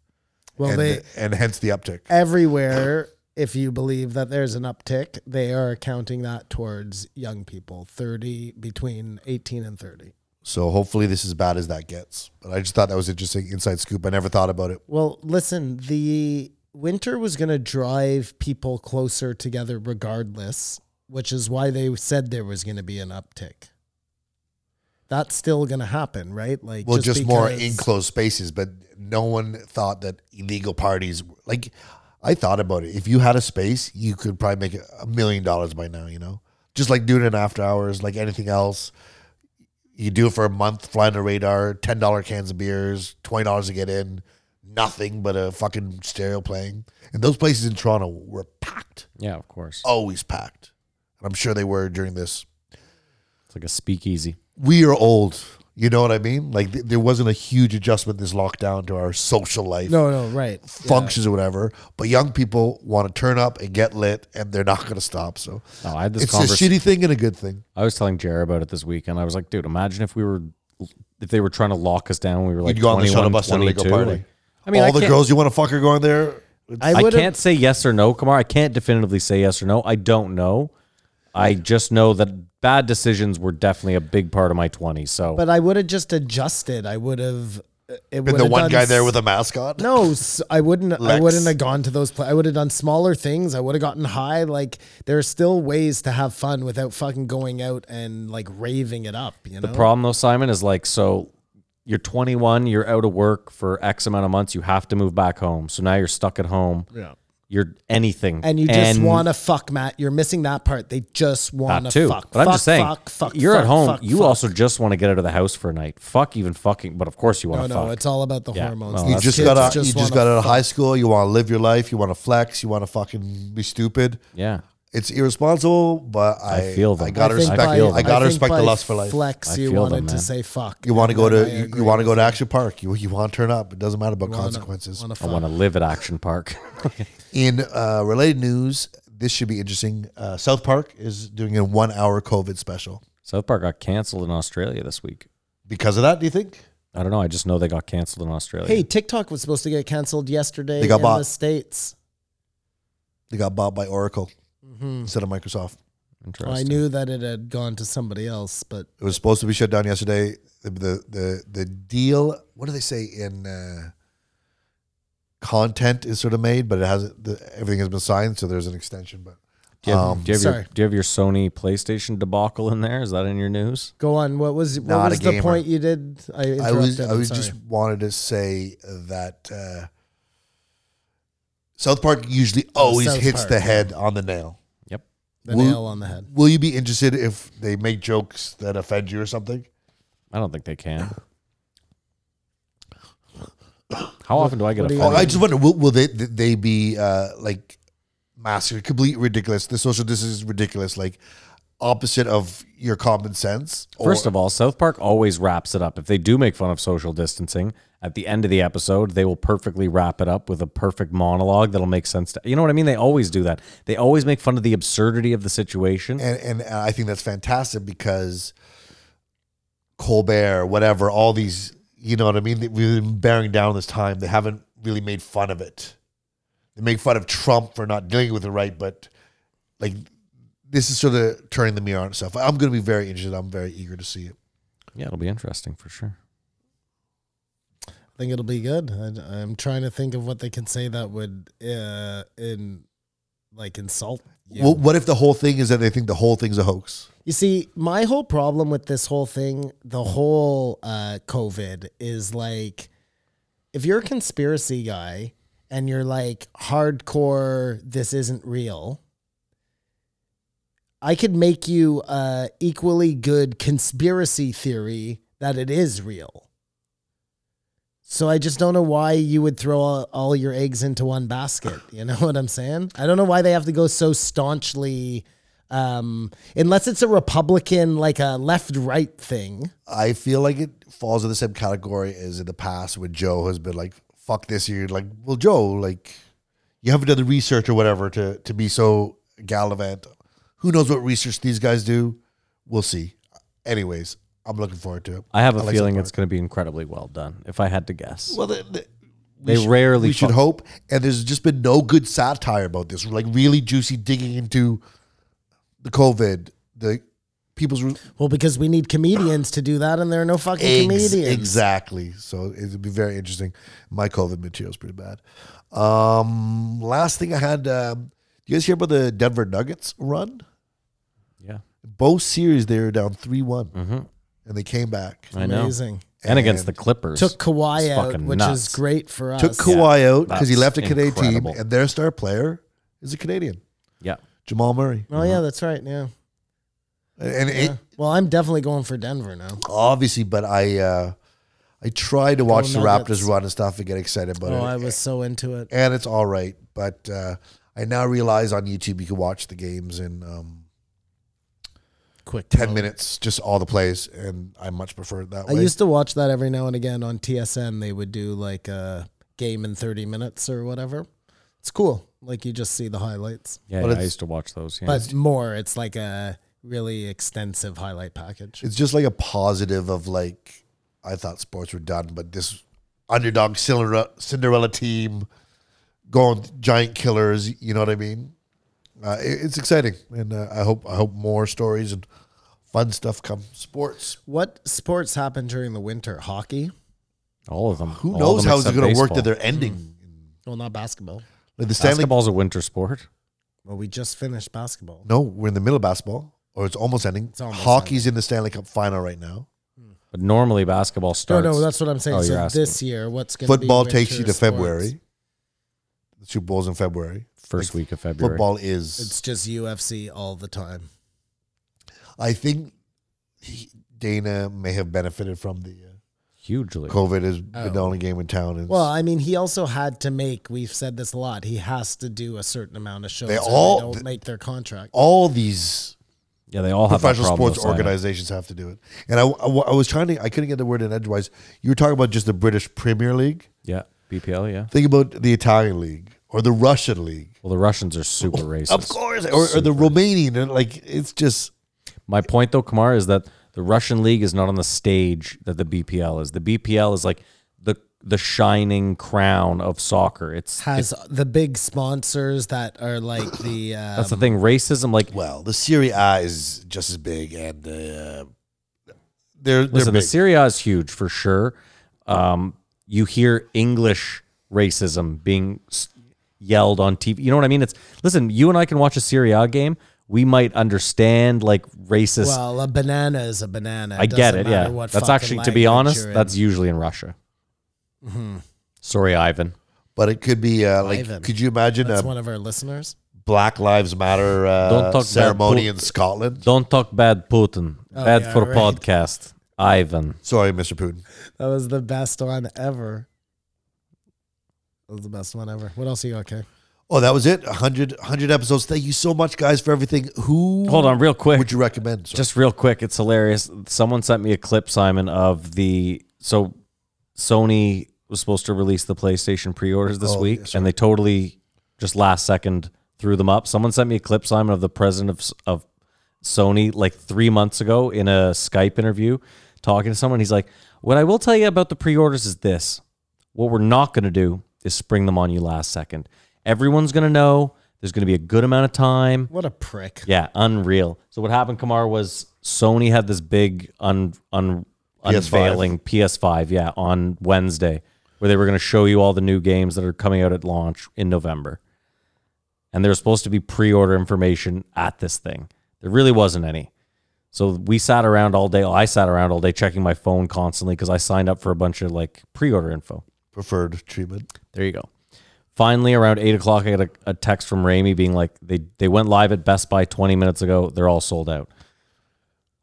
Well,
and,
they
and hence the uptick.
everywhere. If you believe that there's an uptick, they are counting that towards young people, thirty between eighteen and thirty.
So hopefully this is as bad as that gets. But I just thought that was interesting inside scoop. I never thought about it.
Well, listen, the winter was going to drive people closer together regardless, which is why they said there was going to be an uptick. That's still going to happen, right? Like
Well, just, more
because-
enclosed spaces, but no one thought that illegal parties like I thought about it. If you had a space, you could probably make a million dollars by now, you know? Just like doing it in after hours, like anything else. You do it for a month, flying the radar, ten dollar cans of beers, twenty dollars to get in, nothing but a fucking stereo playing. And those places in Toronto were packed.
yeah, of course.
Always packed. And I'm sure they were during this
It's like a speakeasy.
we are old. You know what I mean? Like th- there wasn't a huge adjustment this lockdown to our social life,
No, no, right.
functions or whatever. But young people want to turn up and get lit, and they're not going to stop. So
No, Oh, I had this
it's
conversation.
a shitty thing and a good thing.
I was telling Jer about it this weekend. I was like, dude, imagine if we were, if they were trying to lock us down. when We were like
You'd go on the shuttle
21,
bus to a legal
22,
party.
like, I mean,
all
I
the
can't-
girls you want to fuck are going there.
I
would've-
can't say yes or no, Kamar. I can't definitively say yes or no. I don't know. I just know that bad decisions were definitely a big part of my 20s. So
but I would have just adjusted. I would have. It
Been
would
the
have
one
done
guy there
s-
with a mascot.
No, s- I wouldn't. I
Lex.
wouldn't have gone to those. Pla- I would have done smaller things. I would have gotten high. Like there are still ways to have fun without fucking going out and like raving it up. You know,
the problem though, Simon, is like so you're 21, you're out of work for X amount of months, you have to move back home. So now you're stuck at home.
Yeah.
You're anything.
and you just
And
want to fuck, Matt. You're missing that part. They just want
that
to
too.
fuck.
but I'm
fuck,
just saying,
fuck, fuck,
you're
fuck,
at home.
fuck,
you
fuck.
also just want to get out of the house for a night. Fuck even fucking, but of course you want
No,
to
no,
fuck.
it's all about the
Yeah,
hormones.
well,
These
You just
kids
got out. you just
wanna
got out of
fuck.
high school. You want to live your life. You want to flex. You want to fucking be stupid.
yeah.
It's irresponsible, but I,
feel them.
I gotta
I
think
respect.
by- feel them.
I gotta
think
respect
by
the lust for life.
Flex,
I
you
feel
wanted
them,
to
man.
say fuck.
You want to go to you, want to go to Action Park. You you want to turn up. It doesn't matter about consequences.
I want to live at Action Park. (laughs)
In uh, related news, this should be interesting. Uh, South Park is doing a one-hour COVID special
South Park got canceled in Australia this week.
because of that. Do you think?
I don't know. I just know they got canceled in Australia.
Hey, TikTok was supposed to get canceled yesterday
They got
in the
bought.
states.
They got bought by Oracle
Mm-hmm.
instead of Microsoft.
Well,
Interesting.
I knew that it had gone to somebody else, but
It was supposed to be shut down yesterday. The the the, the deal. What do they say in uh, content is sort of made, but it hasn't. The, everything has been signed, so there's an extension. But um,
Do you have, do you have your
sorry.
Do you have your Sony PlayStation debacle in there? Is that in your news?
go on. What was what
Not a
was the
gamer.
point you did? I
I
interrupted.
was
I
I was just wanted to say that uh, South Park usually always
South
hits
Park,
the
yeah.
head on the nail.
Yep.
the
Woo-
nail on the head.
Will you be interested if they make jokes that offend you or something?
I don't think they can. How often do I get
what do you-
Oh,
offended?
I just wonder will, will they th- they be uh, like master complete ridiculous? The social distance is ridiculous, like opposite of your common sense.
First of all, South Park always wraps it up. If they do make fun of social distancing at the end of the episode, they will perfectly wrap it up with a perfect monologue that'll make sense to you know what I mean? They always do that. They always make fun of the absurdity of the situation.
and and I think that's fantastic because Colbert, whatever, all these, you know what I mean. that We've been bearing down this time. They haven't really made fun of it. They make fun of Trump for not dealing with it right, but like this is sort of turning the mirror on itself. I'm going to be very interested. I'm very eager to see it.
yeah, it'll be interesting for sure.
I think it'll be good. I, am trying to think of what they can say that would uh, in like insult. You.
Well, what if the whole thing is that they think the whole thing's a hoax?
You see, my whole problem with this whole thing, the whole uh, COVID, is like if you're a conspiracy guy and you're like hardcore, this isn't real. I could make you a equally good conspiracy theory that it is real. So I just don't know why you would throw all, all your eggs into one basket. You know (laughs) what I'm saying? I don't know why they have to go so staunchly, um, unless it's a Republican, like a left right thing.
I feel like it falls in the same category as in the past when Joe has been like, fuck this year. Like, well, Joe, like, you haven't done the research or whatever to, to be so gallivant. Who knows what research these guys do? We'll see. Anyways, I'm looking forward to it.
I have a
like South
feeling
Park.
it's going to be incredibly well done. If I had to guess,
Well, the, the,
they rarely
we should
fu-
hope. And there's just been no good satire about this. Like, really juicy digging into the COVID, the people's. re-
Well, because we need comedians to do that, and there are no fucking
Ex-
comedians.
Exactly. So it'd be very interesting. My COVID material's pretty bad. Um, last thing I had, um, you guys hear about the Denver Nuggets run?
Yeah,
Both series they were down three one,
Mhm.
and they came back.
I know. And,
Amazing.
against the
And
Clippers,
Took Kawhi
It's
out,
fucking
which
nuts.
is great for us.
Took Kawhi out because he
that's
left a Canadian
incredible.
team, and their star player is a Canadian,
yeah,
Jamal Murray.
oh yeah, that's right. Yeah.
And it,
yeah. Well, I'm definitely going for Denver now.
obviously, but I, uh, I tried to watch the
Nuggets.
Raptors run and stuff and get excited about it.
Oh, I was so into it.
and it's all right. But uh, I now realize on YouTube you can watch the games in um,
Quick
ten
vote.
minutes, just all the plays, and I much prefer it that
Oh. I
way.
used to watch that every now and again on TSN. They would do like a game in 30 minutes or whatever. It's cool. Like you just see the highlights,
yeah.
But
yeah, I
it's-
used to watch those. Yeah.
but more, it's like a really extensive highlight package.
it's just like a positive of like I thought sports were done, but this underdog Cinderella, Cinderella team going giant killers. You know what I mean? Uh, it- it's exciting, and uh, I hope I hope more stories and fun stuff come. Sports.
What sports happen during the winter? Hockey?
All of them.
Who knows how it's going to work that they're ending?
Well, not basketball.
Like the Stanley.
Basketball's a winter sport.
Well, we just finished basketball.
No, we're in the middle of basketball, or it's almost ending.
It's almost
Hockey's in the Stanley Cup final right now.
But normally basketball
No,
starts.
no, that's what I'm saying.
Oh, you're
so
asking.
this year, what's going to
Football takes you to February. The Super Bowl's in February.
first
Like,
week of February.
Football is.
It's just UFC all the time.
I think he, Dana may have benefited from the uh,
Hugely.
COVID has been the only game in town. And
Oh. Well, I mean, he also had to make. We've said this a lot. He has to do a certain amount of shows.
They
or
all-
don't make their contract.
all these
Yeah, they all have that
professional
problem
sports
with sign-up.
organizations have to do it. And I, I, I was trying to, I couldn't get the word in edgewise. You were talking about just the British Premier League.
Yeah, BPL. Yeah.
Think about the Italian league or the Russian league.
Well, the Russians are super racist.
Of course, or, or the Romanian, and like it's just
My point, though, Kamar, is that the Russian league is not on the stage that the BPL is. The BPL is like the the shining crown of soccer. It's
Has the big sponsors that are
(coughs)
like the uh,
that's the thing. Racism, like
well, the Serie A is just as big, and uh, they're they're
listen, the
big.
Syria is huge for sure. Um, you hear English racism being s- yelled on TV. You know what I mean? It's listen. You and I can watch a Syria game. We might understand like racist.
well, a banana is a banana.
I get
doesn't
it. Yeah,
matter what
that's
fucking
actually, to be honest,
language you're in. Mm-hmm.
that's usually in Russia. Sorry, Ivan.
but it could be uh, like.
Ivan.
Could you imagine
That's
a
one of our listeners.
Black Lives Matter uh,
Don't talk bad
ceremony
bull-
in Scotland?
Don't talk bad Putin. bad
Oh, yeah,
for
right.
podcast. Ivan.
Sorry, Mr. Putin.
That was the best one ever. That was the best one ever. What else you got, Kay?
Oh, that was it. 100, 100 episodes. Thank you so much, guys, for everything. Who?
Hold on, real quick.
Would you recommend? Sorry.
Just real quick, it's hilarious. Someone sent me a clip, Simon, of the so Sony was supposed to release the PlayStation pre-orders this
Oh,
week,
yes,
and they totally just last second threw them up. Someone sent me a clip, Simon, of the president of S- of Sony like three months ago in a Skype interview talking to someone. He's like, "What I will tell you about the pre-orders is this: what we're not going to do is spring them on you last second. Everyone's going to know. There's going to be a good amount of time."
What a prick.
Yeah, unreal. So what happened, Kamar, was Sony had this big un, un
PS5.
unveiling PS5, yeah, on Wednesday, where they were going to show you all the new games that are coming out at launch in November. And there was supposed to be pre-order information at this thing. There really wasn't any. So we sat around all day. I sat around all day checking my phone constantly because I signed up for a bunch of like pre-order info.
Preferred treatment.
There you go. Finally, around eight o'clock, I got a, a text from Ramey being like, "They they went live at Best Buy 20 minutes ago. They're all sold out."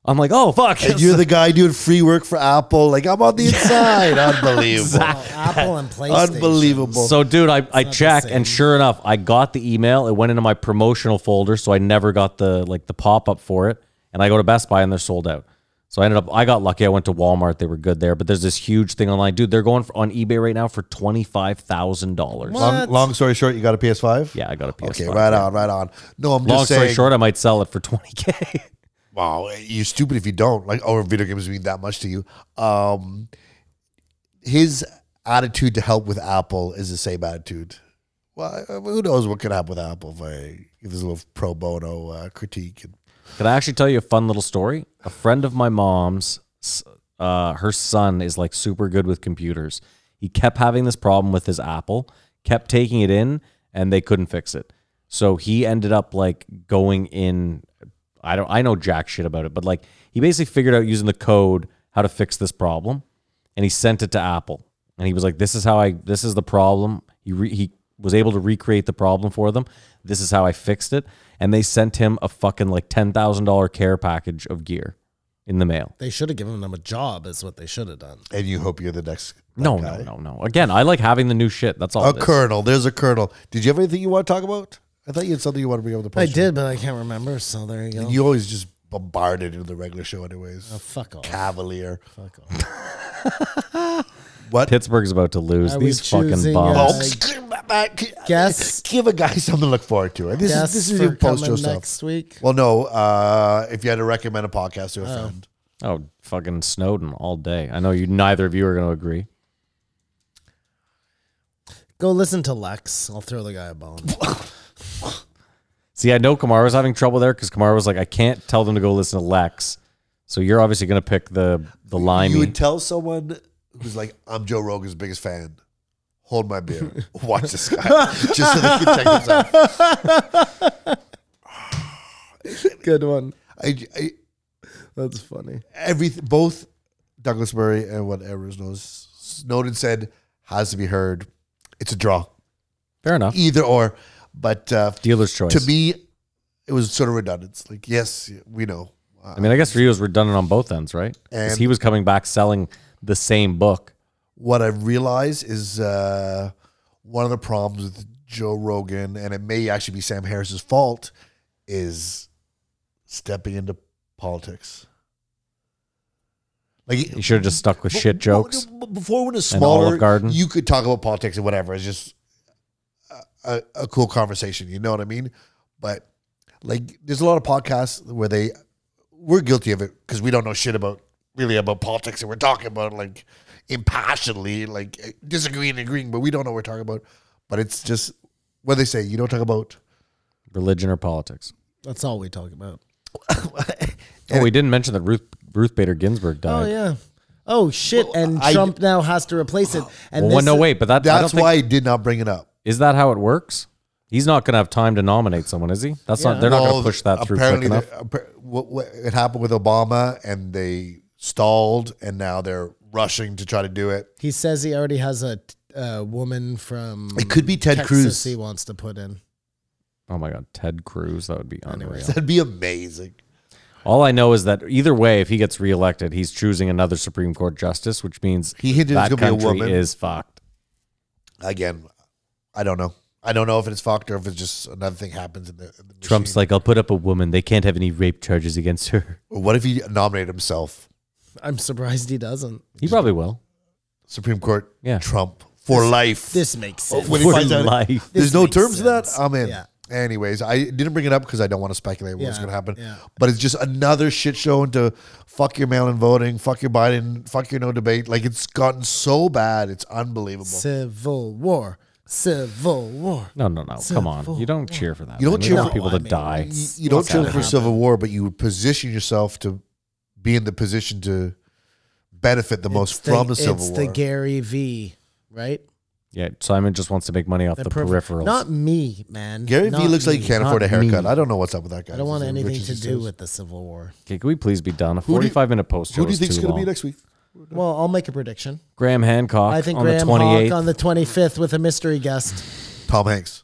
I'm like, "Oh fuck!"
And you're the guy doing free work for Apple. Like, I'm on the inside. Unbelievable.
(laughs) Well, Apple and PlayStation.
Unbelievable.
(laughs) so, dude, I, I
the
checked,
same.
and sure enough, I got the email. It went into my promotional folder, so I never got the like the pop up for it. And I go to Best Buy, and they're sold out. So I ended up, I got lucky. I went to Walmart; they were good there. But there's this huge thing online, dude. They're going for, on eBay right now for twenty five thousand dollars.
long, long story short, you got a PS5?
Yeah, I got a PS5.
Okay, right on, right on. No, I'm
Long
just
story
saying.
short, I might sell it for twenty k. (laughs)
wow, you're stupid if you don't. Like, oh, video games mean that much to you. Um, his attitude to help with Apple is the same attitude. Well, I- I mean, who knows what could happen with Apple if I give this little pro bono uh, critique? And,
Can I actually tell you a fun little story? A friend of my mom's, s- uh, her son is like super good with computers. He kept having this problem with his Apple, kept taking it in, and they couldn't fix it. So he ended up like going in. I don't. I know jack shit about it, but like he basically figured out using the code how to fix this problem, and he sent it to Apple. And he was like, "This is how I. This is the problem." He re, he was able to recreate the problem for them. This is how I fixed it. And they sent him a fucking like ten thousand dollar care package of gear in the mail.
They should have given them a job, is what they should have done.
and you hope you're the next. that
No,
guy.
no, no, no. Again, I like having the new shit. That's all.
A
it is.
colonel. There's a colonel. Did you have anything you want to talk about? I thought you had something you want to bring up. The
I
post.
did, but I can't remember. So there you go.
You always just bombarded into the regular show, anyways.
Fuck off.
Cavalier. Fuck (laughs) what?
Pittsburgh's about to lose
Are we
these fucking
choosing, uh,
bombs.
folks.
guess-
Give a guy (laughs) something to look forward to. This is
Guess
this is
for
your post show
coming
stuff.
next week.
Well, no. Uh, if you had to recommend a podcast to a
Oh.
friend,
Oh, fucking Snowden all day. I know you. Neither of you are going to agree.
Go listen to Lex. I'll throw the guy a bone.
See, I know Kamara was having trouble there because Kamara was like, I can't tell them to go listen to Lex. So you're obviously going to pick the the limey.
you would tell someone who's like, I'm Joe Rogan's biggest fan. Hold my
(laughs)
beer. Watch this guy. (laughs) Just so they can check this out.
Good one.
I, I,
That's funny.
every, both Douglas Murray and whatever his name is, Snowden said has to be heard. It's a draw.
Fair enough.
Either or. But uh,
Dealer's choice.
to me, it was sort of redundant. It's like, yes, we know. Uh,
I mean, I guess Rios were done it on both ends, right? Because
And-
he was coming back selling the same book.
what I realize is uh, one of the problems with Joe Rogan, and it may actually be Sam Harris's fault, is stepping into politics. Like
He should have just stuck with shit jokes.
Before when it was
and Olive
smaller,
Garden.
you could talk about politics and whatever. It's just a, a, a cool conversation. You know what I mean? But like, there's a lot of podcasts where they we're guilty of it because we don't know shit about really about politics and we're talking about it like impassionedly, like eh, disagreeing and agreeing, but we don't know what we're talking about. But it's just what they say. You don't talk about.
Religion or politics.
That's all we talk about.
Oh, we didn't mention that Ruth Ruth Bader Ginsburg died.
Oh yeah. Oh shit! and
I-
Trump now has to replace it. And
Well,
this
one- no,
is-
wait, but that, I don't
That's
think-
why I did not bring it up.
is that how it works? He's not going to have time to nominate someone, is he? That's not. They're not going
Well,
to push that through quick
apparently
enough.
the- appa- what, what, it happened with Obama, and they stalled, and now they're rushing to try to do it.
He says he already has a uh, woman from
It could be Ted
Texas
Cruz.
he wants to put in.
Oh my God, Ted Cruz. That would be unreal.
That'd be amazing.
All I know is that either way, if he gets reelected, he's choosing another Supreme Court justice, which means
He hinted
that
it's gonna
country
be a woman
is fucked.
again. I don't know. I don't know if it's fucked or if it's just another thing happens in the. In the
Trump's like, I'll put up a woman. They can't have any rape charges against her.
like, what if he nominated himself
I'm surprised he doesn't.
(laughs) He probably will.
Supreme Court?
Yeah.
Trump for life.
This makes sense.
when he
For
finds out-
life.
There's
This
no
makes
terms to that.
sense.
I'm in.
Yeah.
Anyways, I didn't bring it up because I don't want to speculate what's
Yeah,
going to happen.
yeah.
But it's just another shit show into fuck your mail in voting, fuck your Biden, fuck your no debate. Like it's gotten so bad, it's unbelievable.
Civil war. Civil war.
No, no, no. Come on. You don't cheer for that.
You don't
man.
cheer
want
for-
people
No, I
to
mean,
die.
you, you don't
What's
cheer for
gotta
civil war, but you position yourself to be in the position to benefit the most from the civil
it's
war.
the Gary V, right?
Yeah, Simon just wants to make money off the,
peripher-
peripherals.
Not me, man.
Gary
Not
Vee looks like
me.
he can't afford a
Not
haircut.
me.
I don't know what's up with that guy.
I don't want
He's as
anything
rich as
to
he
do
says.
with the Civil War.
okay, can we please be done? A
Who do you-
45 minute post show
Who do you
is
think's
too
going to be
long.
next week?
Well, I'll make a prediction.
Graham Hancock
I think
on
Graham
the 28th.
Hawk on the 25th with a mystery guest,
Tom Hanks.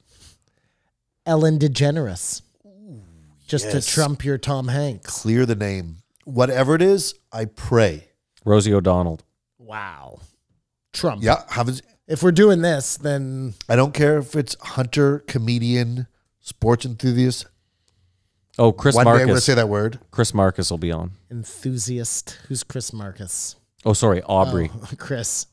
Ellen DeGeneres. Just to trump your Tom Hanks.
Clear the name. Whatever it is, I pray.
Rosie O'Donnell.
Wow. Trump.
Yeah, haven't.
If we're doing this, then
I don't care if it's hunter, comedian, sports enthusiast.
Oh, Chris
One day I'm going to
Marcus.
say that word.
Chris Marcus will be on.
enthusiast. Who's Chris Marcus?
Oh, sorry, Aubrey.
Oh, (laughs) Chris.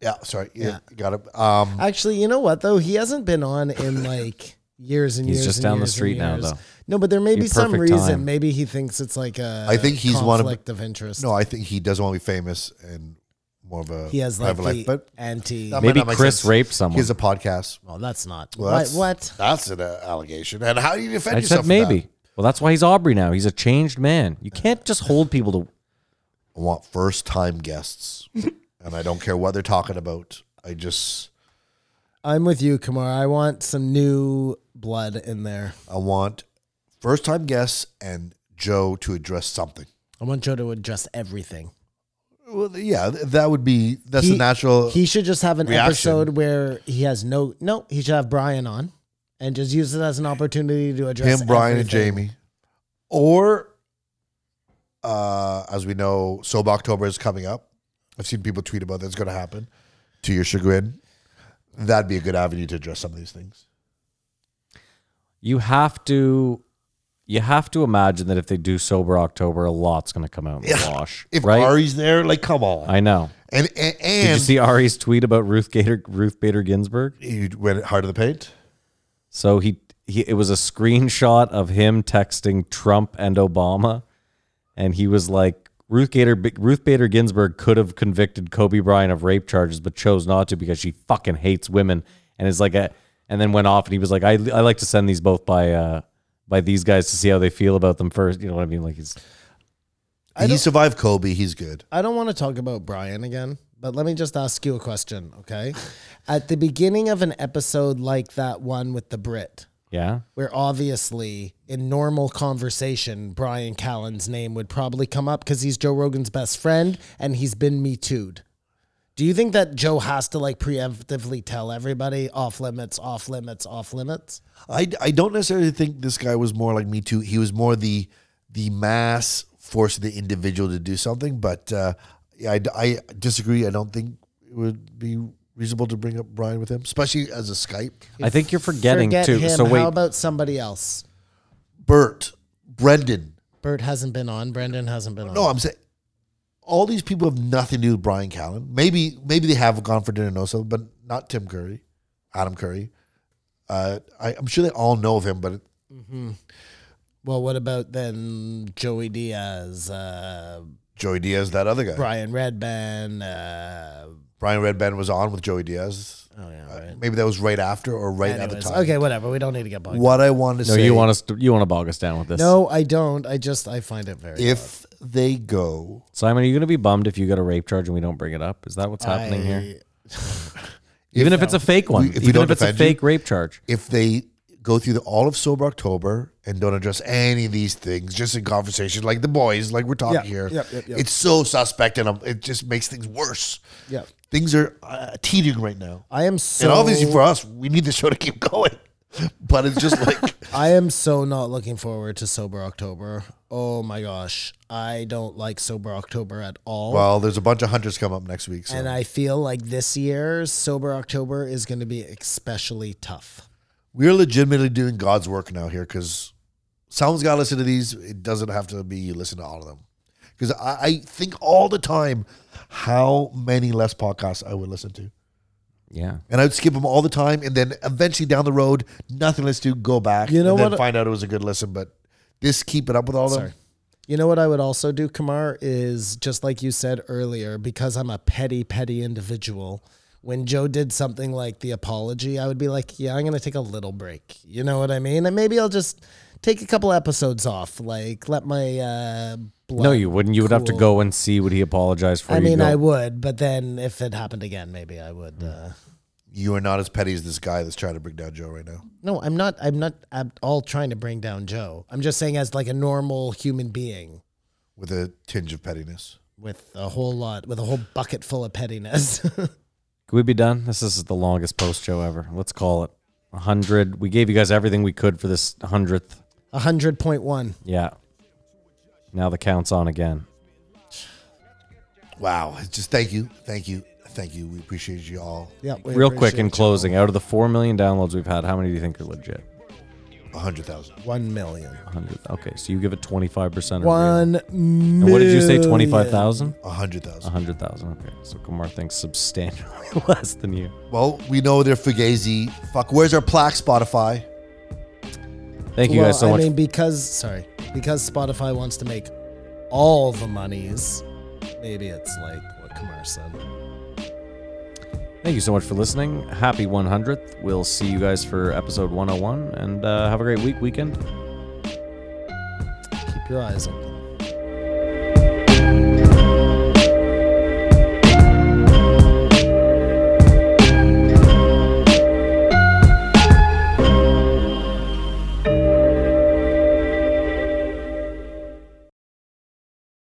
Yeah, sorry. Yeah,
Yeah.
got it. Um,
Actually, you know what though? He hasn't been on in like (laughs) years and
He's
years.
just
and
down the
years and
street now,
years.
though.
No, but there may be some
perfect
reason.
time.
Maybe he thinks it's like a.
I think he's one of-
conflict of interest.
no, I think he does want to be famous and more of a
he has like
private
the
life. But
anti.
that might
Maybe
not make
Chris
sense.
raped someone.
He has a podcast.
well, that's not.
Well,
Why-
that's-
what?
That's an uh, allegation. And how do you defend
I
yourself?
said
from that?
maybe. Well, that's why he's Aubrey now. He's a changed man. You can't just hold people to.
I want first time
(laughs)
guests, and I don't care what they're talking about. I just
I'm with you, Kamara. I want some new blood in there.
I want first time guests and Joe to address something.
I want Joe to address everything.
Well, yeah, th- that would be that's
He-
the natural.
He should just have an
reaction.
episode where he has no. No, he should have Brian on, and just use it as an opportunity to address
him, Brian, and
everything.
Jamie, or uh, as we know, Sob October is coming up. I've seen people tweet about that's going to happen. To your chagrin, that'd be a good avenue to address some of these things.
You have to. You have to imagine that if they do sober October, a lot's going to come out in the wash,
(laughs) If
right?
Ari's there, like, come on,
I know.
and and,
Did you
and
see Ari's tweet about Ruth Gator, Ruth Bader Ginsburg?
you went hard to the paint.
So he, he it was a screenshot of him texting Trump and Obama, and he was like, Ruth Gator Ruth Bader Ginsburg could have convicted Kobe Bryant of rape charges, but chose not to because she fucking hates women and it's like a, and then went off and he was like, I I like to send these both by uh by these guys to see how they feel about them first. You know what I mean? Like he's
He survived Kobe. He's good.
I don't want to talk about Brian again, but let me just ask you a question, okay? At the beginning of an episode like that one with the Brit,
yeah.
where obviously in normal conversation, Brian Callen's name would probably come up because he's Joe Rogan's best friend and he's been Me Too'd. Do you think that Joe has to like preemptively tell everybody off limits, off limits, off limits?
I, I don't necessarily think this guy was more like me too. He was more the the mass force of the individual to do something. But uh, I, I disagree. I don't think it would be reasonable to bring up Brian with him, especially as a Skype.
I think you're forgetting
Forget
too.
him.
So wait,
How about somebody else?
Bert, Brendan.
Bert hasn't been on. Brendan hasn't been on.
No, I'm saying all these people have nothing to do with Brian Callen. Maybe maybe they have gone for dinner and know something, but not Tim Curry, Adam Curry. Uh, I, I'm sure they all know of him, but
well, what about then Joey Diaz, uh,
Joey Diaz, that other guy.
Brian Redman? Uh,
Brian Redband was on with Joey Diaz.
oh yeah,
Uh,
right.
Maybe that was right after or right at the
Anyways,
time.
okay, whatever. We don't need to get bogged.
What I want to
no,
say
you want us to, you want to bog us down with this?
No, I don't. I just I find it very
if they go,
Simon, are you gonna be bummed if you get a rape charge and we don't bring it up? Is that what's happening
I-
here? (laughs) Even if, it's a fake one,
we- if we
even
don't
if it's a
defend you-
fake rape charge,
if they go through the, all of sober October and don't address any of these things, just in conversation, like the boys, like we're talking
Yeah,
here,
yep, yep, yep.
it's so suspect and um, it just makes things worse.
Yeah.
Things are uh, teetering right now,
I am so
and obviously for us, we need the show to keep (laughs) going. But it's just
(laughs)
like
I am so not looking forward to sober October. Oh my gosh, I don't like sober October at all.
well, there's a bunch of hunters come up next week, so
and I feel like this year sober October is going to be especially tough.
we're legitimately doing God's work now here because someone's got to listen to these. It doesn't have to be you listen to all of them. Because I, I think all the time how many less podcasts I would listen to.
yeah.
And I would skip them all the time. And then eventually down the road, nothing less to go back.
You know
and then
what-
find out it was a good listen. But this keeping up with all of them.
You know what I would also do, Kamar, is just like you said earlier, because I'm a petty, petty individual. When Joe did something like the apology, I would be like, "Yeah, I'm gonna take a little break." You know what I mean? And maybe I'll just take a couple episodes off, like let my uh, blood.
No, you wouldn't. You would have to
cool.
go and see what he apologized for.
I
You
mean,
go-
I would, but then if it happened again, maybe I would.
Hmm.
Uh,
You are not as petty as this guy that's trying to bring down Joe right now.
no, I'm not. I'm not at all trying to bring down Joe. I'm just saying, as like a normal human being
With a tinge of pettiness.
with a whole lot, with a whole bucket full of pettiness. (laughs)
Can we be done? This is the longest post show ever. Let's call it a hundred. We gave you guys everything we could for this hundredth.
A hundred point one.
Yeah. Now the count's on again.
Wow. It's just thank you. Thank you. Thank you. We appreciate you all.
Yeah, we
Real quick in
appreciate
closing, out of the four million downloads we've had, how many do you think are legit?
100,000.
you. one million.
A Hundred. Okay, so you give it twenty five percent.
One million.
And what did you say? Twenty five thousand.
100,000.
A hundred thousand. Okay, so Kumar thinks substantially (laughs) less than you.
Well, we know they're Fugazi. Fuck, where's our plaque, Spotify?
Thank you
well,
guys so
I
much.
mean, because sorry, because Spotify wants to make all the monies. Maybe it's like what Kumar said.
Thank you so much for listening. Happy 100th. We'll see you guys for oh episode 101 and uh, have a great week, weekend.
Keep your eyes open.